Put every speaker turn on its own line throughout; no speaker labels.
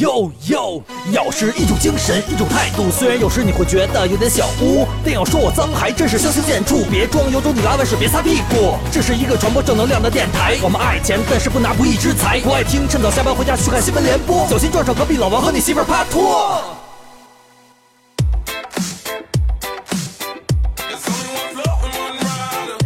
哟哟，要是一种精神，一种态度。虽然有时你会觉得有点小污，但要说我脏还真是相形见绌。别装，有种你拉外屎别擦屁股。这是一个传播正能量的电台，我们爱钱，但是不拿不义之财。不爱听，趁早下班回家去看新闻联播，小心撞上隔壁老王和你媳妇儿啪拖。
There's only one flow and one rider.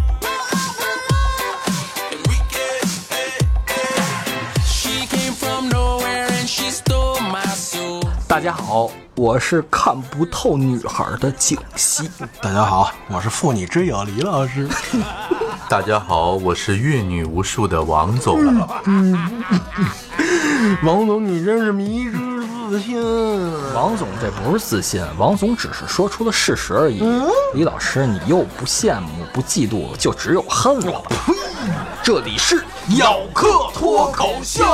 Enrique, eh, eh. She came from nowhere and she stole my soul.
大家好，我是看不透女孩的景熙。
大家好，我是妇女之友李老师。
大家好，我是阅女无数的王总。
嗯
王总，你真是迷之自信。
王总，这不是自信，王总只是说出了事实而已。李老师，你又不羡慕，不嫉妒，就只有恨了吧？这里是咬客脱口秀。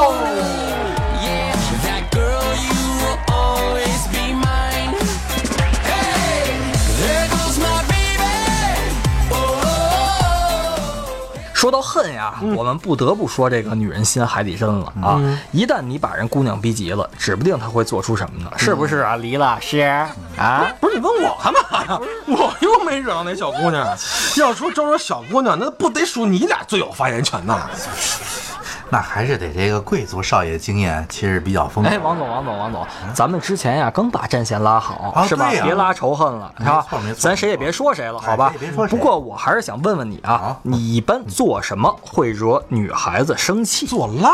Yeah, that girl, you will always be mine. Hey, there goes my baby. Oh,
说到恨呀，我们不得不说这个女人心海底针了啊！一旦你把人姑娘逼急了，指不定她会做出什么呢？是不是啊，李老师啊？
不是你问我干嘛呀？ 我又没惹到那小姑娘。 要说招惹小姑娘，那不得属你俩最有发言权呐？
那还是得这个贵族少爷经验其实比较丰 富。
哎，王总，王总，王总，咱们之前呀刚把战线拉好，
嗯啊
是吧？
对呀
别拉仇恨了，是
没
吧
错没？错
咱谁也别说谁了，好吧
哎？谁也别说谁
不过我还是想问问你啊
啊，
你一般做什么会惹女孩子生气？
做辣，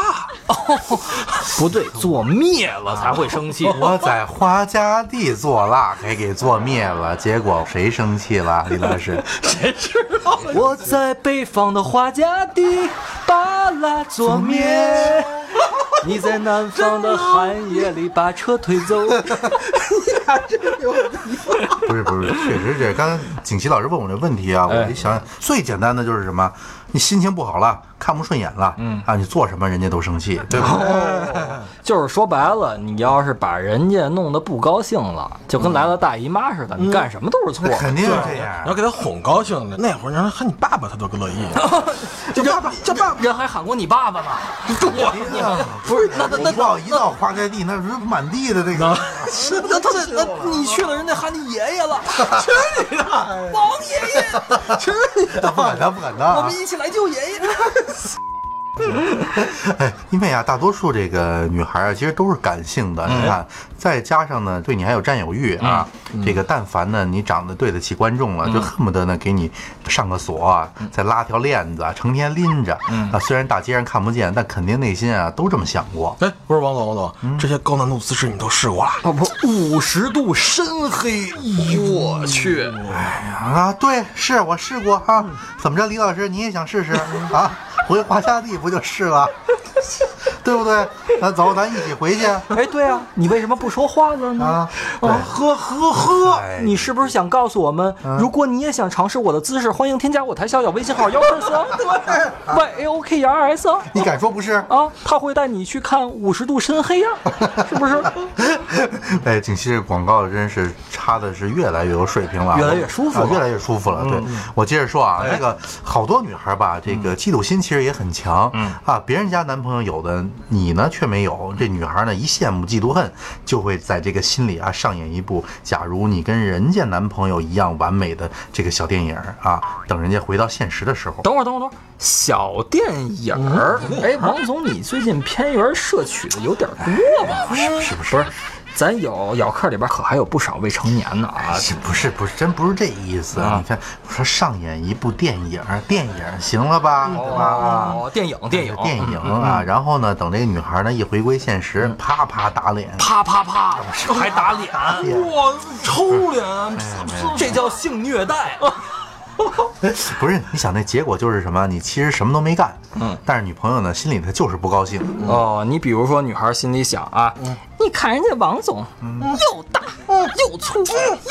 不对，做灭了才会生气。
我在花家地做蜡，给给做 灭了，结果谁生气了？李老师，
我在北方的花家地把蜡做灭，你在南 方的寒夜里把车推走。
不是不是，确实是这样。刚才景琦老师问我这问题
哎
啊，我一想，最简单的就是什么？你心情不好了，看不顺眼了，嗯啊，你做什么人家都生气，对 吧？
哦就是说白了，你要是把人家弄得不高兴了，就跟来了大姨妈似的，你干什么都是错
那
的。
肯定是这
你
样
要。给她哄高兴了。那会儿你让她喊你爸爸，她都不 乐意。叫爸爸，叫爸爸。
人还喊过你爸爸呢。
不是，
那那那
不要一到花开地，那不是满地的那个。
是那他得那你去了，人家喊你爷爷了。
去你的！
王爷爷，
去你的！
他 不敢当，不敢当啊！
一起来救爷爷。
哎，因为啊，大多数这个女孩啊，其实都是感性的。你看，再加上呢，对你还有占有欲啊。这个但凡呢，你长得对得起观众了，啊就恨不得呢给你上个锁啊，再拉条链子啊，成天拎着。啊，虽然大街上看不见，但肯定内心啊都这么想过。
哎，不是王总，王总，这些高难度姿势你都试过了？
不
哎
不，五十度深黑，我去，
啊，对，是我试过啊。怎么着，李老师你也想试试啊？回华夏地不就试了，对不对？那走，咱一起回去
哎，对啊，你为什么不说话了呢？
啊。对
啊，呵呵呵
哎
你是不是想告诉我们，如果你也想尝试我的姿势，欢迎添加我台小小微信号幺二三 y a o k e r s
你敢说不是？
啊，他会带你去看五十度深黑呀、啊是不是？
哎，景熙这广告真是插的是越来越有水平了，
越来越舒服了嗯哎
啊越来越舒服了。对我接着说啊，这个好多女孩吧，这个嫉妒心其实也很强，嗯啊，别人家男朋友有的，你呢却没有。这女孩呢一羡慕、嫉妒、恨，就会在这个心里啊上演一部假如你跟人家男朋友一样完美的这个小电影儿啊。等人家回到现实的时候，
等会儿，等会儿，等会儿，小电影儿。哎，王总，你最近片源摄取的有点多吧？不是不是不是，咱有咬客里边可还有不少未成年呢啊！
是不是不是真不是这意思啊？你看，我说上演一部电影儿，电影儿行了吧？对吧？啊。
哦，电影电影
电影啊，然后呢，等这个女孩呢一回归现实，啪啪打脸，哎
啪啪啪，还打脸，
哇，抽脸！
嗯
这叫性虐待。
哎不是？你想那结果就是什么？你其实什么都没干，嗯，但是女朋友呢心里她就是不高兴，
哦，你比如说，女孩心里想啊，你看人家王总又大又粗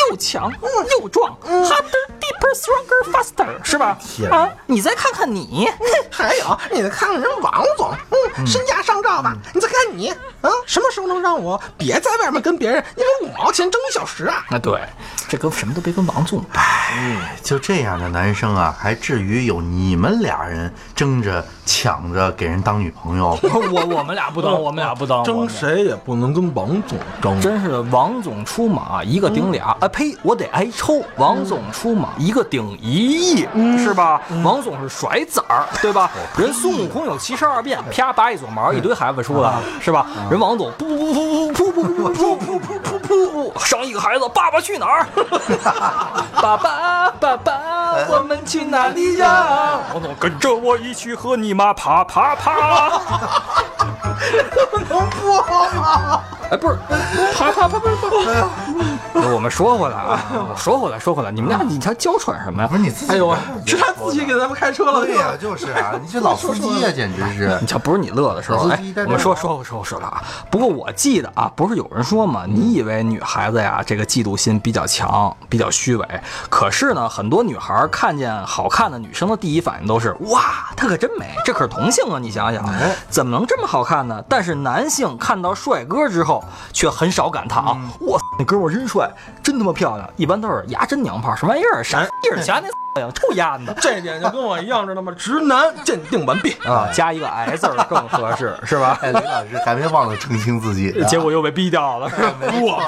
又强又壮，harder, deeper, stronger, faster，是吧？啊，你再看看你，
还有，你再看看人王总，嗯，身价上照吧。你再看你啊，什么时候能让我别在外面跟别人因为五毛钱争一小时啊？
哎啊，对，这跟什么都别跟王总比。
就这样的男生啊，还至于有你们俩人争着抢着给人当女朋友？
我我们俩不当，我们俩不当，我
争
们俩
谁也不能跟王总争。
真是王总出马一个顶俩，啊呸！我得挨抽。王总出马一个顶一亿，是吧？王总是甩子儿，对吧？人孙悟空有七十二变，啪拔一撮毛，一堆孩子出来，是吧？人王总噗噗噗噗噗噗噗噗噗噗噗噗，生一个孩子，爸爸去哪儿？爸爸爸爸，我们去哪里呀？王总跟着我一起和你妈爬爬爬。哎，不是，啪啪啪啪啪！哎我们说回来啊，我说回来，说回来，你们俩你还娇喘什么呀
不？是你自己，
哎呦喂，是他自己给咱们开车了，
对呀、就是啊，你这老司机呀、简直是
你瞧，不是你乐的时候，
老
哎
司机，在
我
这
们
儿
说说回说说了啊。不过我记得啊，不是有人说嘛，你以为女孩子呀，这个嫉妒心比较强，比较虚伪。可是呢，很多女孩看见好看的女生的第一反应都是哇，她可真美，这可是同性啊！你想想，
哎
怎么能这么好看呢？但是男性看到帅哥之后，却很少感叹啊，
嗯
哇，那哥们儿真帅，真他妈漂亮。一般都是呀，真娘炮，什么玩意
哎
儿，啥地儿家那 呀，臭丫的。
这点就跟我一样，知道吗？直男鉴定完 毕。
啊，加一个 S 字儿更合适，是吧？
哎，雷老师还没忘了澄清自己、啊。
结果又被逼掉 了，是吧？我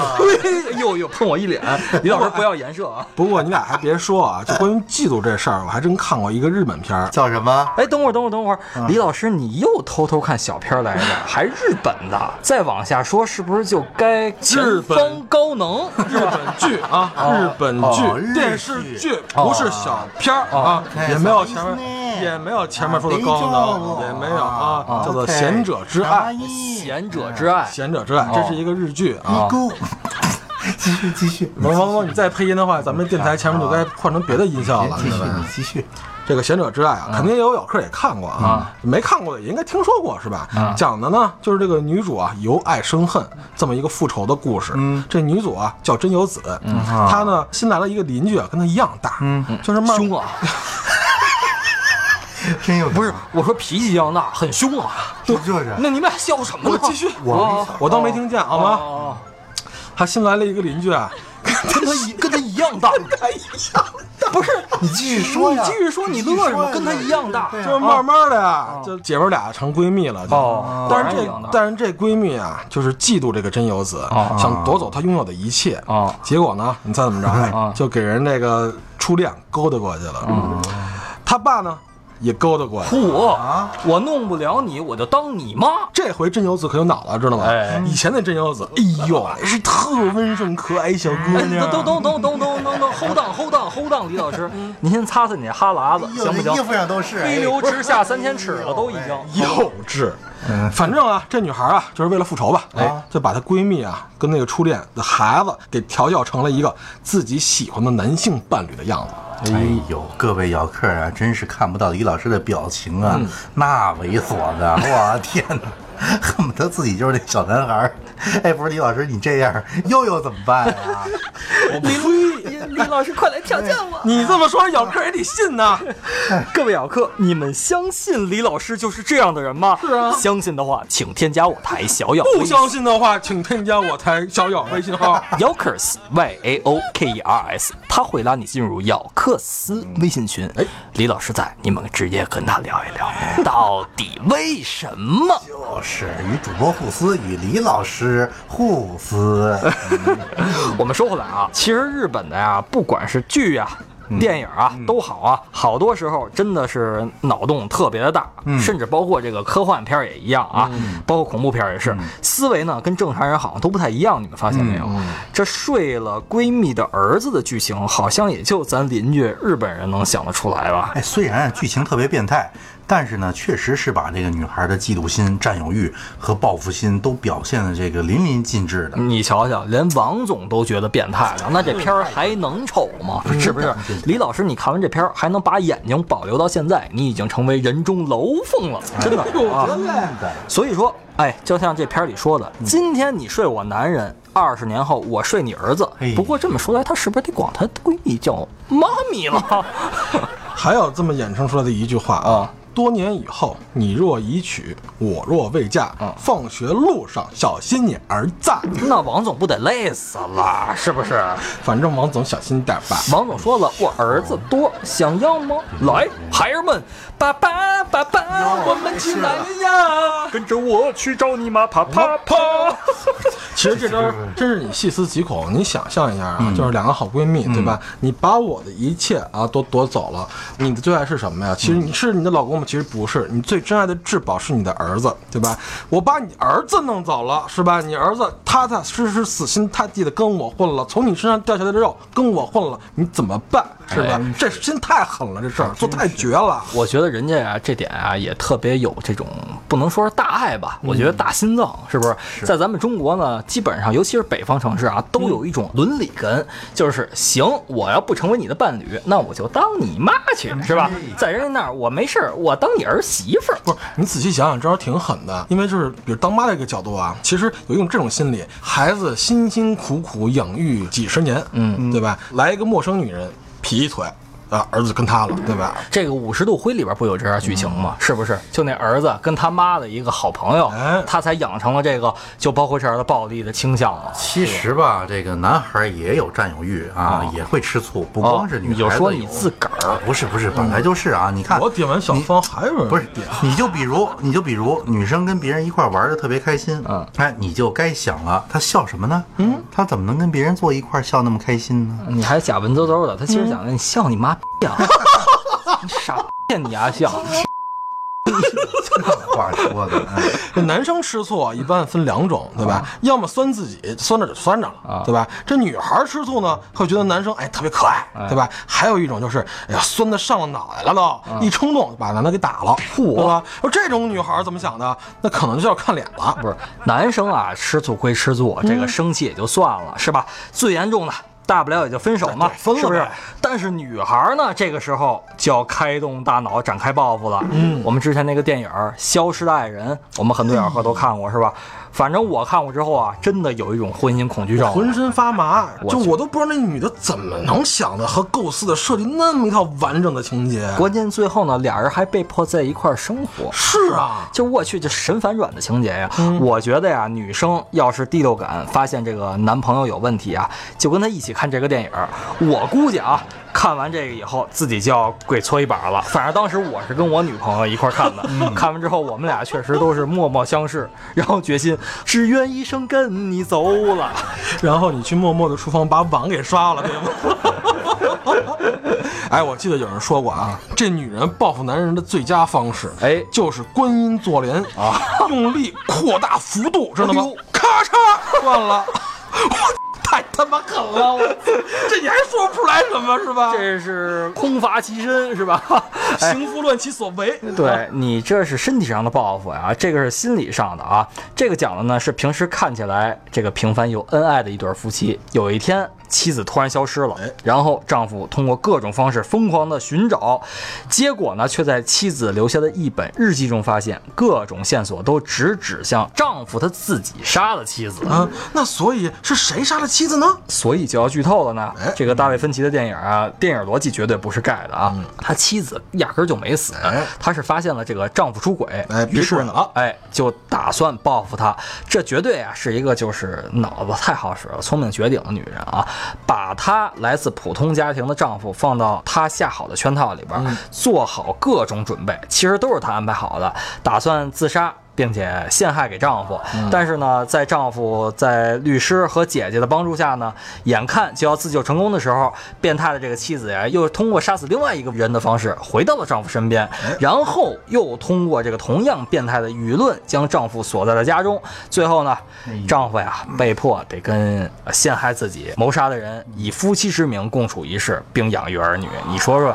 又又喷我一脸，李老师不要颜射啊！
不过你俩还别说啊，就关于嫉妒这事儿，我啊还真看过一个日本片儿，
叫什么？
哎，等会儿，等会儿，等会儿，李老师，你又偷偷看小片儿来着，还日本的。再往下说，是不是就该前方高能？
日本剧啊，日本
哦
剧
日
哦
剧
电视剧，不是小片儿啊，也没有前面也没有前面说的高能，也没有啊，叫做《贤者之爱》。
贤者之爱，
贤者之
哦
爱，这是一个日剧啊。
勾，继续继续，
王王王，你再配音的话，咱们电台前面就该换成别的音效了。
继
嗯
是
续
吧
你继续。
这个《贤者之爱》啊，肯定也有咬客也看过啊，
嗯
没看过的也应该听说过是吧？讲的呢就是这个女主啊由爱生恨这么一个复仇的故事。
嗯
这女主啊叫真由子，她呢新来了一个邻居啊，跟她一样大，就是慢
凶啊！
真有不是，
我说脾气要大，很凶啊！
就是
那你们俩笑什么
我
呢？
继续，
我
我
哦
当没听见好吗？
啊，
她新来了一个邻居啊，
跟他一 跟他一样大，不是
你继续说呀，
你继续说你乐什么跟他一样大
对呀啊
就是慢慢的呀，就姐妹俩成闺蜜了。就
哦
但是
果然一
这
样的
但是这闺蜜啊，就是嫉妒这个真由子，想夺走她拥有的一切。
哦
结果呢，你猜怎么着？哎就给人那个初恋勾搭过去
哦
了。他爸呢，也勾搭过去了。
我我弄不了你，我就当你妈。
这回真由子可有脑了，知道吗？
哎
以前的真由子，哎呦，是特温顺可爱小姑
哎，
娘。啊
等等等等等等等等，hold on hold on hold on，李老师，您先擦擦你哈喇子，行不
哎衣
行？
服上都是哎
飞流直下三千尺了，都已经。
幼稚。反正啊，这女孩啊，就是为了复仇吧，哎，就把她闺蜜啊跟那个初恋的孩子给调教成了一个自己喜欢的男性伴侣的样子。
哎呦，各位姚客啊，真是看不到李老师的表情啊，
嗯
那猥琐的，我天哪！恨不得自己就是那小男孩儿，哎，不是李老师，你这样悠悠怎么办啊呀？
李李老师，快来调教我！
你这么说，咬客也得信 呐。
各位老客，你们相信李老师就是这样的人吗？是啊，相信的话，请添加我台小咬
不
微信
相信的话，请添加我台小咬微信 号。
Yokers Y A O K E R S，他会拉你进入咬克斯微信群。哎，李老师在，你们直接跟他聊一聊，到底为什么？
就是与主播互撕，与李老师互撕。
我们说回来啊，其实日本的呀，不管是剧呀、电影啊，都好啊，好多时候真的是脑洞特别的大，甚至包括这个科幻片儿也一样啊，包括恐怖片儿也是，思维呢跟正常人好像都不太一样，你们发现没有？这睡了闺蜜的儿子的剧情，好像也就咱邻居日本人能想得出来吧？
哎，虽然剧情特别变态，但是呢，确实是把这个女孩的嫉妒心、占有欲和报复心都表现的这个淋漓尽致的。嗯
你瞧瞧，连王总都觉得变态了，那这片儿还能丑吗？是不是？李老师，你看完这片儿还能把眼睛保留到现在，你已经成为人中楼凤了，真的
哎
啊！所以说，哎，就像这片儿里说的，
嗯
今天你睡我男人，二十年后我睡你儿子
哎。
不过这么说来，她是不是得管她闺蜜叫妈咪了？
还有这么衍生出来的一句话啊，多年以后，你若已娶，我若未嫁，放学路上小心你儿子。
那王总不得累死了，是不是？
反正王总小心点儿吧。
王总说了，我儿子多，想要吗？来，孩儿们，爸爸，爸爸，我们起来呀！啊跟着我去找你妈，啪啪啪！
其实这招儿真是你细思极恐。你想象一下啊，就是两个好闺蜜，对吧？你把我的一切啊都夺走了，你的最爱是什么呀？其实你是你的老公吗？其实不是，你最珍爱的至宝是你的儿子，对吧？我把你儿子弄走了，是吧？你儿子踏踏实实、死心塌地的跟我混了，从你身上掉下来的肉跟我混了，你怎么办？是吧？这心太狠了，这事儿做太绝了。
我觉得人家啊，这点啊也特别有这种不能说是大爱吧，我觉得大心脏是嗯不是？在咱们中国呢，基本上尤其是北方城市啊，都有一种伦理根，就是行，我要不成为你的伴侣，那我就当你妈去，是吧？在人家那儿我没事儿，我当你儿媳妇儿。
不是，你仔细想想，这招挺狠的，因为就是比如当妈这个角度啊，其实有一种这种心理，孩子辛辛苦苦养育几十年，嗯，对吧？来一个陌生女人劈一腿，啊，儿子跟他了，对
嗯
吧？
这个五十度灰里边不有这样剧情吗？是不是？就那儿子跟他妈的一个好朋友，
哎
他才养成了这个，就包括这样的暴力的倾向了。
其实吧，这个男孩儿也有占有欲啊，也会吃醋，不光是女
哦你就
孩子
说你自个儿，
不是不是，本来就是啊。你看，
我点完小芳还有人
不是
点，
你就比如，你就比如，女生跟别人一块儿玩的特别开心，嗯，哎，你就该想了，她笑什么呢？嗯，她怎么能跟别人坐一块儿笑那么开心 呢？
你还假文绉绉的。他其实想的，你笑你妈逼 啊，你傻逼啊你啊笑。
话说的，哎
这男生吃醋啊，一般分两种，对
啊
吧？要么酸自己，酸着就酸着了，对吧？这女孩吃醋呢，会觉得男生哎特别可爱，对吧？还有一种就是，哎呀，酸的上了脑袋了
啊
都，一冲动就把男的给打了，对吧？说这种女孩怎么想的？那可能就要看脸了，
不是男生啊，吃醋归吃醋，
嗯
这个生气也就算了，是吧？最严重的。大不了也就分手嘛，
分了
是不是
呗？
但是女孩呢，这个时候就要开动大脑，展开报复了。嗯，我们之前那个电影《消失的爱人》，我们很多小伙都看过，是吧？反正我看过之后啊，真的有一种婚姻恐惧症了。
浑身发麻，
我
就
去
我都不知道那女的怎么能想的和构思的设计那么一套完整的情节。
关键最后呢，俩人还被迫在一块儿生活。
是啊，
就我去，这神反转的情节呀、我觉得呀，女生要是第六感发现这个男朋友有问题啊，就跟他一起看这个电影儿。我估计啊，看完这个以后，自己就要跪搓衣板了。反正当时我是跟我女朋友一块儿看的，看完之后，我们俩确实都是默默相视，然后决心只愿一生跟你走了。
然后你去默默的厨房把碗给刷了，对吗？ 哎，我记得有人说过啊，这女人报复男人的最佳方式，
哎
就是观音坐莲啊，用力扩大幅度，知道吗
哎呦？
咔嚓，断了。 我太他妈狠了，我这你还说不出来什么是吧？
这是空乏其身是吧？哎
行夫乱其所为，
对你这是身体上的报复呀，这个是心理上的啊。这个讲的呢是平时看起来这个平凡又恩爱的一对夫妻，有一天妻子突然消失了，然后丈夫通过各种方式疯狂的寻找，结果呢却在妻子留下的一本日记中发现，各种线索都直指向丈夫他自己杀了妻子。
啊，那所以是谁杀了妻子呢？
所以就要剧透了呢
哎。
这个大卫芬奇的电影啊，电影逻辑绝对不是盖的啊。
嗯
他妻子压根儿就没死，他是发现了这个丈夫出轨，
哎
于是
别过瘾了
哎，就打算报复他。这绝对啊是一个就是脑子太好使了、聪明绝顶的女人啊，把她来自普通家庭的丈夫放到她下好的圈套里边，
嗯
做好各种准备，其实都是她安排好的，打算自杀。并且陷害给丈夫，但是呢，在丈夫在律师和姐姐的帮助下呢，眼看就要自救成功的时候，变态的这个妻子呀，又通过杀死另外一个人的方式回到了丈夫身边，然后又通过这个同样变态的舆论将丈夫锁在了家中。最后呢，丈夫呀被迫得跟呃陷害自己、谋杀的人以夫妻之名共处一室，并养育儿女。你说说，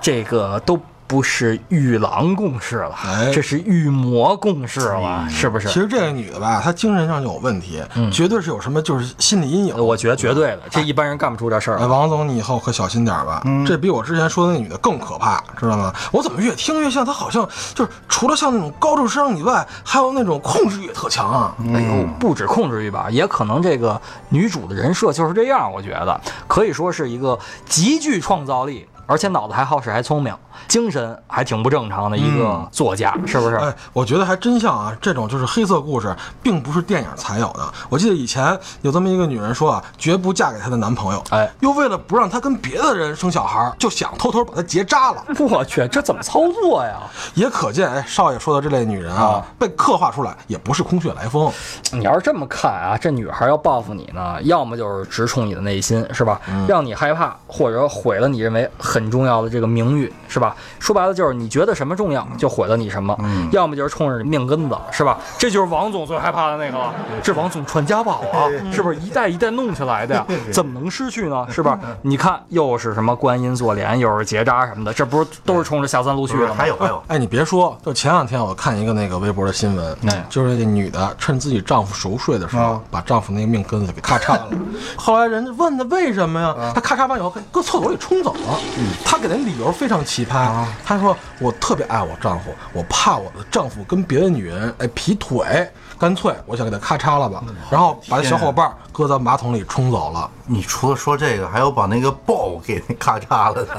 这个都。不是与狼共事了，
哎
这是与魔共事了，是不
其
是？嗯
实这个女的吧，她精神上有问题，绝对是有什么就是心理阴影。
我觉得绝对的，这
啊
一般人干不出这事儿
哎，
来。
王总，你以后可小心点儿吧，
嗯
这比我之前说的那女的更可怕，知道吗？我怎么越听越像她，好像就是除了像那种高处智商以外，还有那种控制欲也特强啊。
哎呦，不止控制欲吧，也可能这个女主的人设就是这样，我觉得可以说是一个极具创造力，而且脑子还好使，还聪明，精神还挺不正常的一个作家，是不是？
嗯哎，我觉得还真像啊，这种就是黑色故事，并不是电影才有的。我记得以前有这么一个女人说啊，绝不嫁给她的男朋友，
哎，
又为了不让她跟别的人生小孩儿，就想偷偷把她结扎了。
我去，这怎么操作呀？
也可见，哎，少爷说的这类女人啊，被刻画出来也不是空穴来风。
你要是这么看啊，这女孩要报复你呢，要么就是直冲你的内心，是吧？
嗯
让你害怕，或者毁了你认为很重要的这个名誉，是吧？说白了就是你觉得什么重要，就毁了你什么。
嗯
要么就是冲着你命根子，是吧？这就是王总最害怕的那个了，这王总传家宝啊，
嗯
是不是一代一代弄起来的呀？怎么能失去呢？是吧？
嗯
你看又是什么观音坐莲，又是结扎什么的，这不是都是冲着下三路去
不 是
的吗
还？有还有，
哎，你别说，就前两天我看一个那个微博的新闻，
哎
就是那个女的趁自己丈夫熟睡的时候，把丈夫那个命根子给咔嚓了。 后来人家问她为什么呀？她咔嚓完以后，搁厕所里冲走了。她给的理由非常奇葩，她说我特别爱我丈夫，我怕我的丈夫跟别的女人哎劈腿，干脆我想给他咔嚓了吧，然后把小伙伴儿搁到马桶里冲走了。
你除了说这个，还有把那个豹给那咔嚓了的，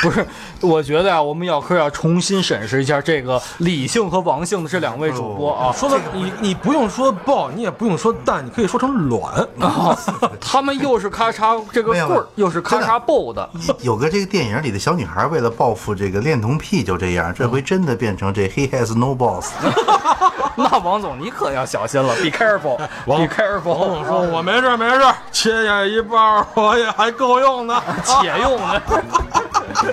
不是，我觉得啊，我们咬科要重新审视一下这个李姓和王姓的这两位主播
哎
啊，
说的你你不用说抱，你也不用说蛋，你可以说成卵。
他们又是咔嚓这个
没有
棍儿，又是咔
真
嚓
的
爆的，
有个这个电影里的小女孩为了报复这个恋童癖就这样，这回真的变成这 he has no balls。
那王总你可要小心了，be careful，be careful，
说我没事没事，切下一半儿我也还够用呢。
且用呢。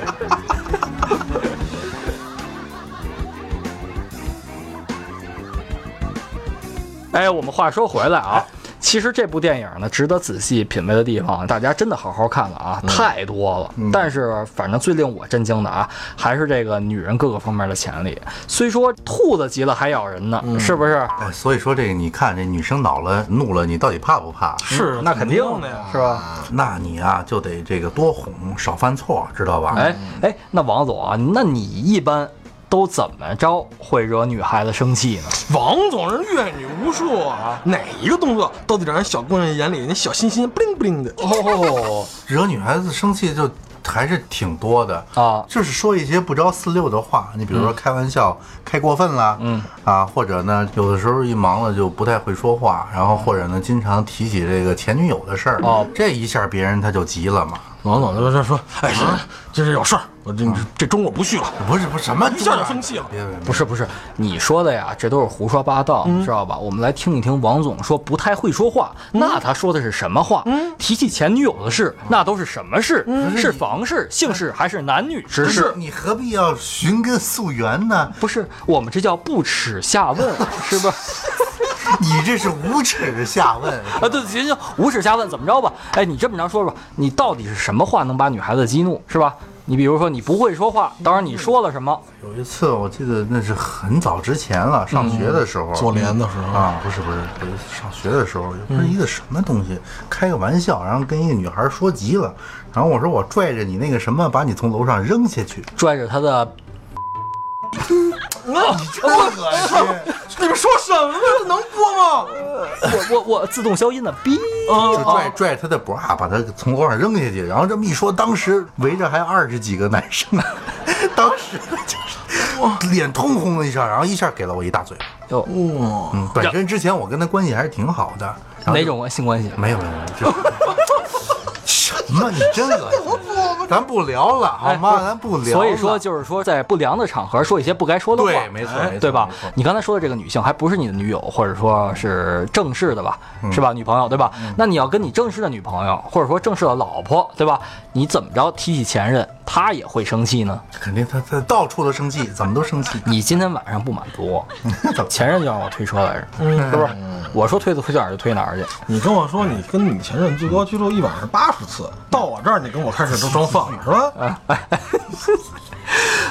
哎，我们话说回来啊，其实这部电影呢，值得仔细品味的地方，大家真的好好看了啊，太多了。但是，反正最令我震惊的啊，还是这个女人各个方面的潜力。虽说兔子急了还咬人呢，是不是？
哎，所以说这个你看这女生恼了怒了，你到底怕不怕？
是，
那肯定
的呀，
是吧？
那你啊就得这个多哄少犯错，知道吧？
哎哎，那王总啊，那你一般都怎么着会惹女孩子生气呢？
王总人阅女无数啊，哪一个动作都得让人小姑娘眼里那小心心不灵不灵的。
哦，
惹女孩子生气就还是挺多的
啊
就是说一些不着四六的话，你比如说开玩笑、开过分啦，嗯啊，或者呢有的时候一忙了就不太会说话，然后或者呢经常提起这个前女友的事儿，
哦
这一下别人他就急了嘛。
王总就说说，哎，这是有啊事儿，我这这中我不去了。
不是不是什么
一下就生气了
别别别
不是不是，你说的呀，这都是胡说八道，
嗯
你知道吧？我们来听一听王总说不太会说话，那他说的是什么话？
嗯
提起前女友的事，那都是什么事？是房事、姓氏还是男女之
不
事
是？你何必要寻根溯源呢？
不是，我们这叫不耻下问，是吧？
你这是无耻下问。
啊，对，行行，无耻下问，怎么着吧？哎，你这么着说说吧，你到底是什么话能把女孩子激怒，是吧？你比如说你不会说话，当然你
嗯
说了什么，
有一次我记得那是很早之前了，上学的时候，
左联的时候，
啊，不是不是，不是上学的时候，不是一个什么东西，开个玩笑，然后跟一个女孩说急了，然后我说我拽着你那个什么，把你从楼上扔下去，
拽着她 的，
你们说什么呢？能播吗？
我我我自动消音的，哔，哦
就拽拽着她的脖儿啊，把她从楼上扔下去，然后这么一说，当时围着还二十几个男生 呢，当时就是脸通红了一下，然后一下给了我一大嘴巴。
哟，
嗯，本身之前我跟她关系还是挺好的，然后就
哪种关性关系？
没有没有没有。 这什么？你真恶 心！咱不聊了好 吗？咱不聊了。
哎所以说，就是说，在不良的场合说一些不该说的话，哎
对没错没错
对吧
没错？
你刚才说的这个女性还不是你的女友，或者说是正式的吧，
嗯
是吧？女朋友对吧？那你要跟你正式的女朋友，或者说正式的老婆，对吧？你怎么着提起前任，她也会生气呢？
肯定他他到处都生气，怎么都 生气。
你今天晚上不满足我，前任就让我推车来着，是不是？我说推就推哪儿就推哪儿去。
你跟我说你跟你前任最高记哎录一晚上八十次，到我这儿你跟我开始都装放了是吧？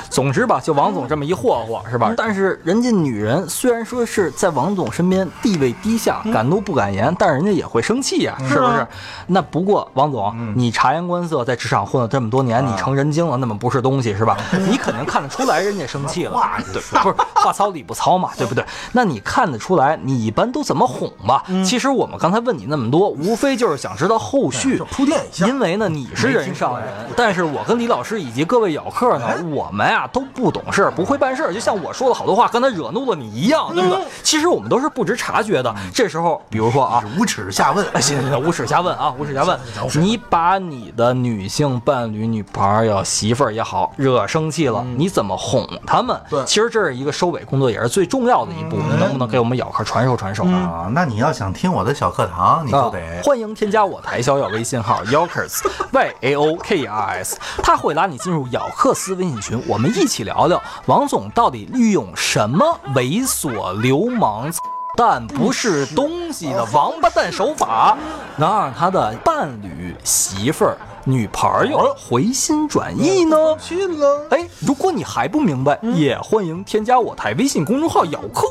总之吧，就王总这么一霍霍是吧？但是人家女人虽然说是在王总身边地位低下，敢怒不敢言，但人家也会生气呀、是不嗯是？啊嗯那不过王总，你察言观色，在职场混了这么多年，你成人精了，那么不是东西 是吧？你肯定看得出来人家生气了，对，不是话糙理不糙嘛，对不对？那你看得出来，你一般都怎么哄吧？其实我们刚才问你那么多，无非就是想知道后续
就铺垫一下
因为呢，你是人上人，但是我跟李老师以及各位咬客呢，我们啊都不懂事儿，不会办事儿，就像我说了好多话，刚才惹怒了你一样，对不对？其实我们都是不知察觉的。这时候，比如说啊，
无耻下问。
哎，行行行，无耻瞎问啊，无耻瞎问，你把你的女性伴侣、女朋友、要媳妇儿也好，惹生气了，你怎么哄他们？
对
其实这是一个收尾工作，也是最重要的一步，能不能给我们咬客传授传授啊？
啊，那你要想听我的小课堂，你就得
啊欢迎添加我台 小咬微信号 yokers y a o k E r s，他会拉你进入咬克斯微信群，我们一起聊聊王总到底利用什么猥琐流氓。但不是东西
哦
的王八蛋手法，能让他的伴侣、媳妇儿、女朋友回心转意呢？
信了。
哎，如果你还不明
嗯
白，也欢迎添加我台微信公众号“咬客”，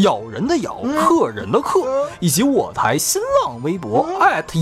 咬人的咬，客人的客，
嗯
以及我台新浪微博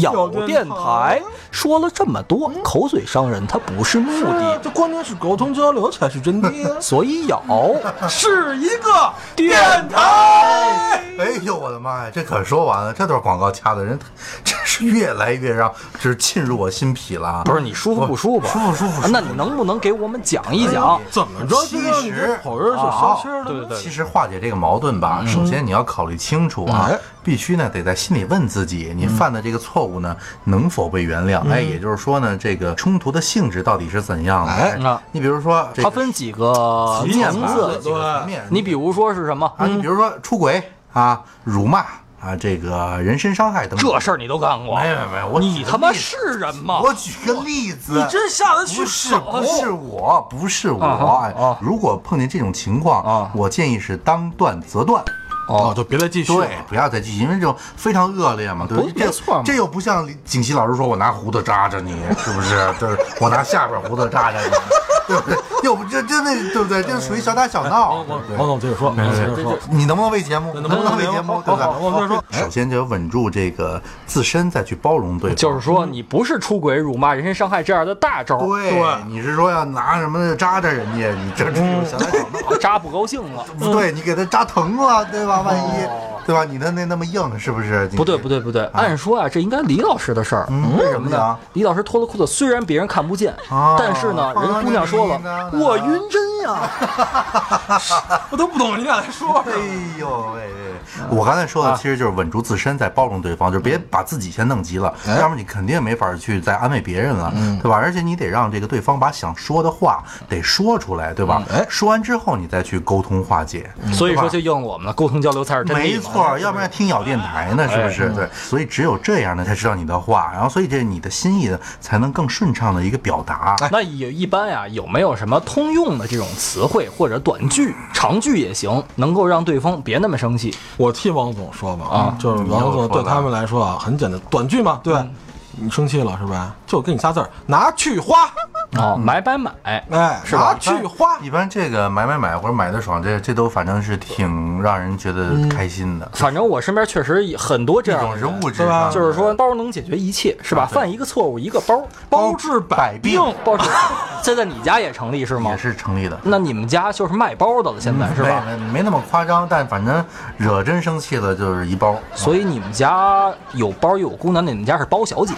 咬电台。说了这么多，
嗯
口水伤人，它不是目的，！
这关键是沟通交流才是真谛啊
所以咬
是一个
电
台。
哎呦我的妈呀，这可说完了，这段广告掐的人真是越来越让，就是沁入我心脾了啊。
不是你舒服不舒
嗯
服？啊
舒服舒服舒服
那你能不能给我们讲一讲？
怎么着
其
就让你
实
这好人就消
嗯
气儿了呢？
对对
其实化解这个矛盾吧，
嗯
首先你要考虑清楚啊
哎，
必须呢得在心里问自己，
嗯
你犯的这个错误呢能否被原谅？哎，也就是说呢，这个冲突的性质到底是怎样的？
哎
那
哎，你比如说，
它分几个
层面
层
吧，
次？
几个层面，
你比如说是什么？
啊，你比如说出轨啊、辱骂啊、这个人身伤害等等，
这事儿你都干过？
没有没有，我
你他妈是啊人吗？
我举个例子，
你真下得去
不是
手？
不
啊
是我，不是我。哎如果碰见这种情况
啊，
我建议是当断则断。
哦，就别再继续了
对，不要再继续，因为这种非常恶劣嘛，对吧
不
这
没错嘛
这又不像景琦老师说我拿胡子扎着你， 是不是？就是我拿下边胡子扎着你， 对不对？又不这这那对不对？这属于小打小闹，对不对
王总接着说，王总接着说，
你能不能为节目？能
能
不能为节目？对不对？
好好我们再说
首先就要稳住这个自身，再去包容对方。
就是说，你不是出轨、辱骂、人身伤害这样的大招，
对，你是说要拿什么扎着人家？你这这
嗯
种小打小闹，
扎不高兴了。
对你给他扎疼了，对吧？万一，
哦
对吧？你的那那么硬， 是不是？
不对，不对，不对，按说啊，这应该李老师的事儿。
嗯为什么呢？
李老师脱了裤子，虽然别人看不见，
啊
但是呢，
放
人姑娘说
在那
了
里，呢
我晕针呀。
我都不懂你俩在说什
哎啊
么。
呦喂！我刚才说的其实就是稳住自身，再包容对方，就别把自己先弄急了，要不然你肯定没法去再安慰别人了，对吧？而且你得让这个对方把想说的话得说出来，对吧？说完之后你再去沟通化解。
所以说，就应了我们的沟通交流才是真谛嘛
没错，要不然听咬电台呢，是不是？对，所以只有这样呢，才知道你的话，然后所以这你的心意呢，才能更顺畅的一个表达。
那有一般呀、有没有什么通用的这种词汇或者短句、长句也行，能够让对方别那么生气？
我替王总说吧，啊，就是
你要
王
说
总对
吧
他们来说嗯啊，很简单，短句嘛，对吧。你生气了是吧？就给你仨字儿，拿去花，
哦，买买买，
哎，
是吧
拿去花，
一般这个买买买或者买的爽，这这都反正是挺让人觉得开心的，
反正我身边确实也很多这
这
样
种
的
是
人
物质
对吧
上的，
就是说包能解决一切，是吧？犯一个错误一个包，
包治百病。
包是这在你哦家也成立是嗯吗
也？是成立的。
那你们家就是卖包的了，现嗯在是吧？
没没没那么夸张，但反正惹真生气了就是一包。
所以你们家有包有姑娘，你们家是包小姐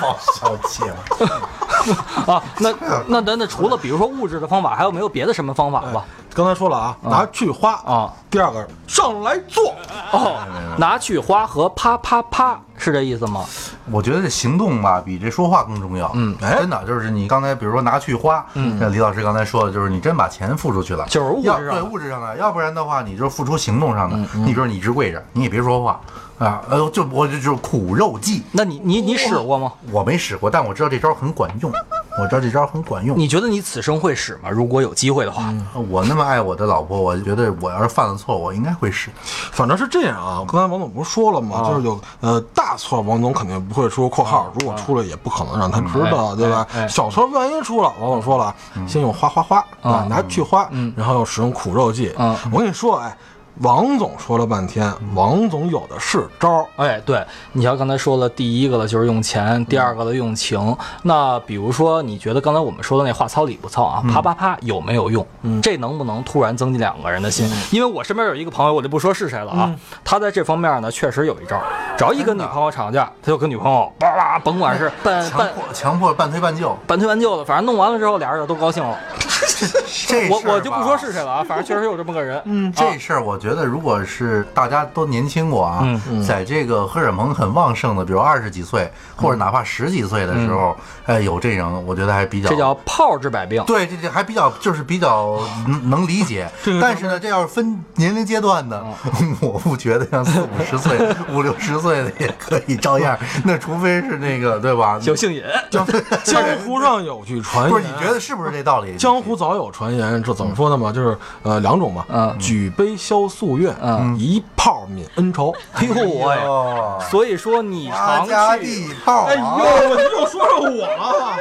包小气了，
啊？那那那那除了比如说物质的方法，还有没有别的什么方法吧？
刚才说了啊，拿去花
啊。
第二个上来坐，
哦，拿去花和啪啪啪是这意思吗？
我觉得这行动吧比这说话更重要。嗯，真的就是你刚才比如说拿去花，那李老师刚才说的就是你真把钱付出去了，
就是物质
要
上
对物质上的，要不然的话你就是付出行动上的。你比如说你一直跪着，你也别说话啊，呃，就我这就是苦肉计。
那你你你使过吗？
我没使过，但我知道这招很管用。我知道这招很管用。
你觉得你此生会使吗？如果有机会的话，
我那么爱我的老婆，我觉得我要是犯了错，我应该会使。
反正是这样啊，刚才王总不是说了
啊
吗？就是有呃大错，王总肯定不会出。括号如果出了，也不可能让他知
嗯哎
道，对吧？小错万一出了，王总说了，先用花花花啊，拿去花，
嗯
然后又使用苦肉计。
啊
我跟你说，哎，王总说了半天，
嗯
王总有的是招 儿。
哎，对，你像刚才说了，第一个了就是用钱，第二个了用情。那比如说，你觉得刚才我们说的那话糙理不糙啊？啪啪啪有没有用？这能不能突然增进两个人的心？因为我身边有一个朋友，我就不说是谁了啊，他在这方面呢确实有一招，只要一跟女朋友吵架，他就跟女朋友叭叭，甭管 是半
强
半
迫强迫半推半就，
半推半就的，反正弄完了之后，俩人就都高兴了。
这
我
事儿
我就不
吧
说是谁了啊，反正确实有这么个人。嗯，
这事儿我觉得，如果是大家都年轻过啊，
嗯
在这个荷尔蒙很旺盛的，比如二十几岁或者哪怕十几岁的时候，哎，有这种，我觉得还比较
这叫炮治百病。
对，这这还比较就是比较能能理 解。但是呢，这要是分年龄阶段的，
嗯
我不觉得像四五十岁、五六十岁的也可以照样。那除非是那个对 吧？
有性瘾，
江湖上有句传言，
不是你觉得嗯是不是这道 理？
江湖早有传言，这怎么说呢嘛？就是呃两种嘛，
嗯
举杯消夙愿，一炮泯恩仇。
哎呦喂！
哦，
所以说你
阿
常
加
去，
地炮啊王。
又说上我了，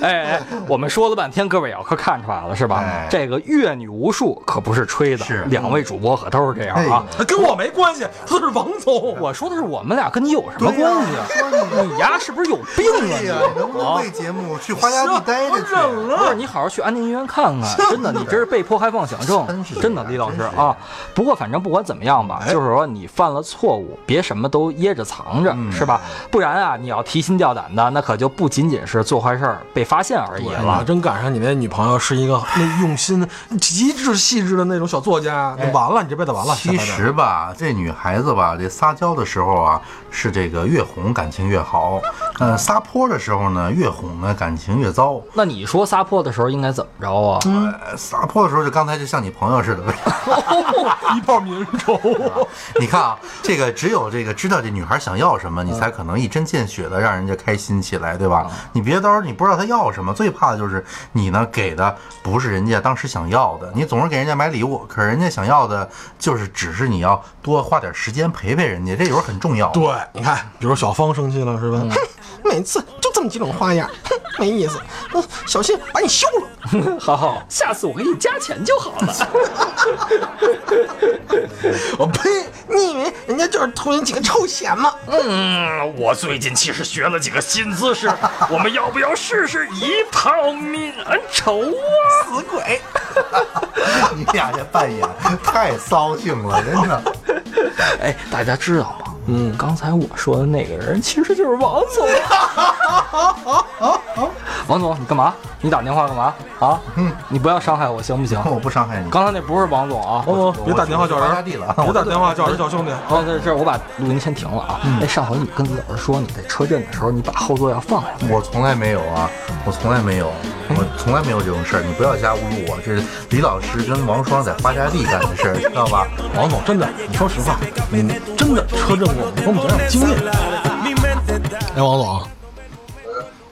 哎哎，我们说了半天，各位也可看出来了是吧？
哎
这个阅女无数可不是吹的，
是哎
两位主播可都是这样啊。
跟我没关系，这是王总。
我说的是我们俩跟你有什么关系啊？你呀是不是有病啊
对
你？
哎呀，你能不能为节目去花家地待 着去？
不是，你好好去安定医院看 看，真的，你这是被迫害妄想症
真是，
真
这
的，
样
李老师
真是哎
啊。不过反正不管怎么样吧，就是说你犯了错误，别什么都掖着藏
嗯
着，是吧？不然啊，你要提心吊胆的，那可就不仅仅是做坏事儿被发现而已
哎呀
了，。
真赶上你那女朋友是一个那用心、极致细致的那种小作家，
哎
那完了，你这辈子完了。
其
下辈子
实吧，这女孩子吧，这撒娇的时候啊，是这个越哄感情越好。呃，撒泼的时候呢，越哄呢感情越糟。
那你说撒泼的时候应该怎么着啊？
呃，撒泼的时候就刚才就像你朋友似的。
一炮泯恩仇，
你看啊，这个只有这个知道这女孩想要什么，
嗯
你才可能一针见血的让人家开心起来，对吧？你别到时候你不知道她要什么，最怕的就是你呢给的不是人家当时想要的，你总是给人家买礼物，可是人家想要的就是只是你要多花点时间陪陪人家，这有时候很重要。
对，你看，比如小芳生气了是吧？
嗯
哼每次就这么几种花样，哼没意思，嗯小心把你休了。
好好，下次我给你加钱就好了。
我呸！你以为人家就是图你几个臭钱吗？
嗯，我最近其实学了几个新姿势，我们要不要试试一炮泯恩仇啊？
死鬼！ 你俩这扮演太骚性了，真 的。
哎，大家知道吗？嗯，刚才我说的那个人其实就是王 总。王总，你干嘛？你打电话干嘛啊？嗯，你不要伤害我行不行？
我不伤害你，
刚才那不是王总啊。
哦，别打电话叫人
我去我去我去我去我去地了啊
别打电话叫人小兄弟。
哦，对，这我把录音先停了啊。哎，上回你跟老师说你在车震的时候，你把后座要放下。
我从来没有啊，我从来没有，我从来没有这种事儿，你不要瞎侮辱我。这是李老师跟王双在花家地干的事儿，知道吧？
王总，真的，你说实话，你真的车震过，你给我们讲讲经验。哎，王总，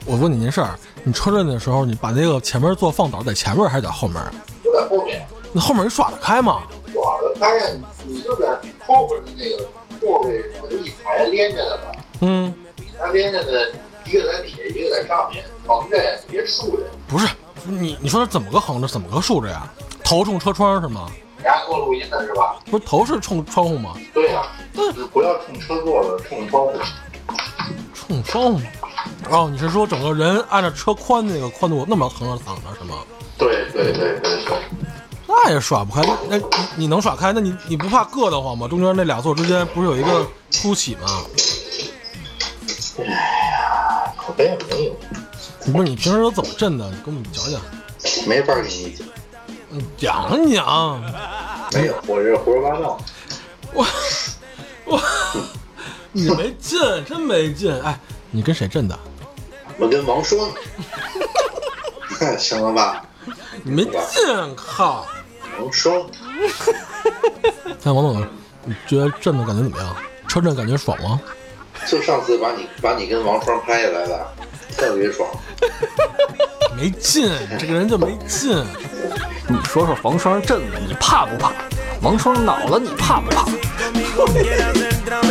我问你件事儿，你车震的时候，你把那个前面座放倒，在前面还是在后面？
就在后面，
那后面人耍得开吗？
耍得开呀，你就在后边的那个座位不是一排连着的吗？
嗯，
它连着的，一个在底下，一个在上面，横着呀，别竖着。
不是，你你说怎么个横着，怎么个竖着呀？头冲车窗是吗？
你还给我录音呢是吧？
不是头是冲窗户吗？
对呀、就是不要冲车座了，冲窗户。
冲窗户。哦，你是说整个人按照车宽那个宽度那么横着躺着是吗？
对对对对对，
那也耍不开，那那你你能耍开？那你你不怕硌得慌吗？中间那俩座之间不是有一个凸起吗？
可能也没有，
不是你平时都怎么震的？你给我们讲讲，
没法给你讲，
嗯讲讲。
没有，我是胡说八道。
你没劲，真没劲。哎，你跟谁震的？
我跟王双，行了吧？
你没劲，靠！
王双，
那王总，你觉得震的感觉怎么样？车震感觉爽吗？
就上次把你把你跟王双拍下来的，特别爽。
没劲，这个人就没劲。
你说说王双震了，你怕不怕？王双恼了，你怕不怕？
Conmigo quieras entrar oh,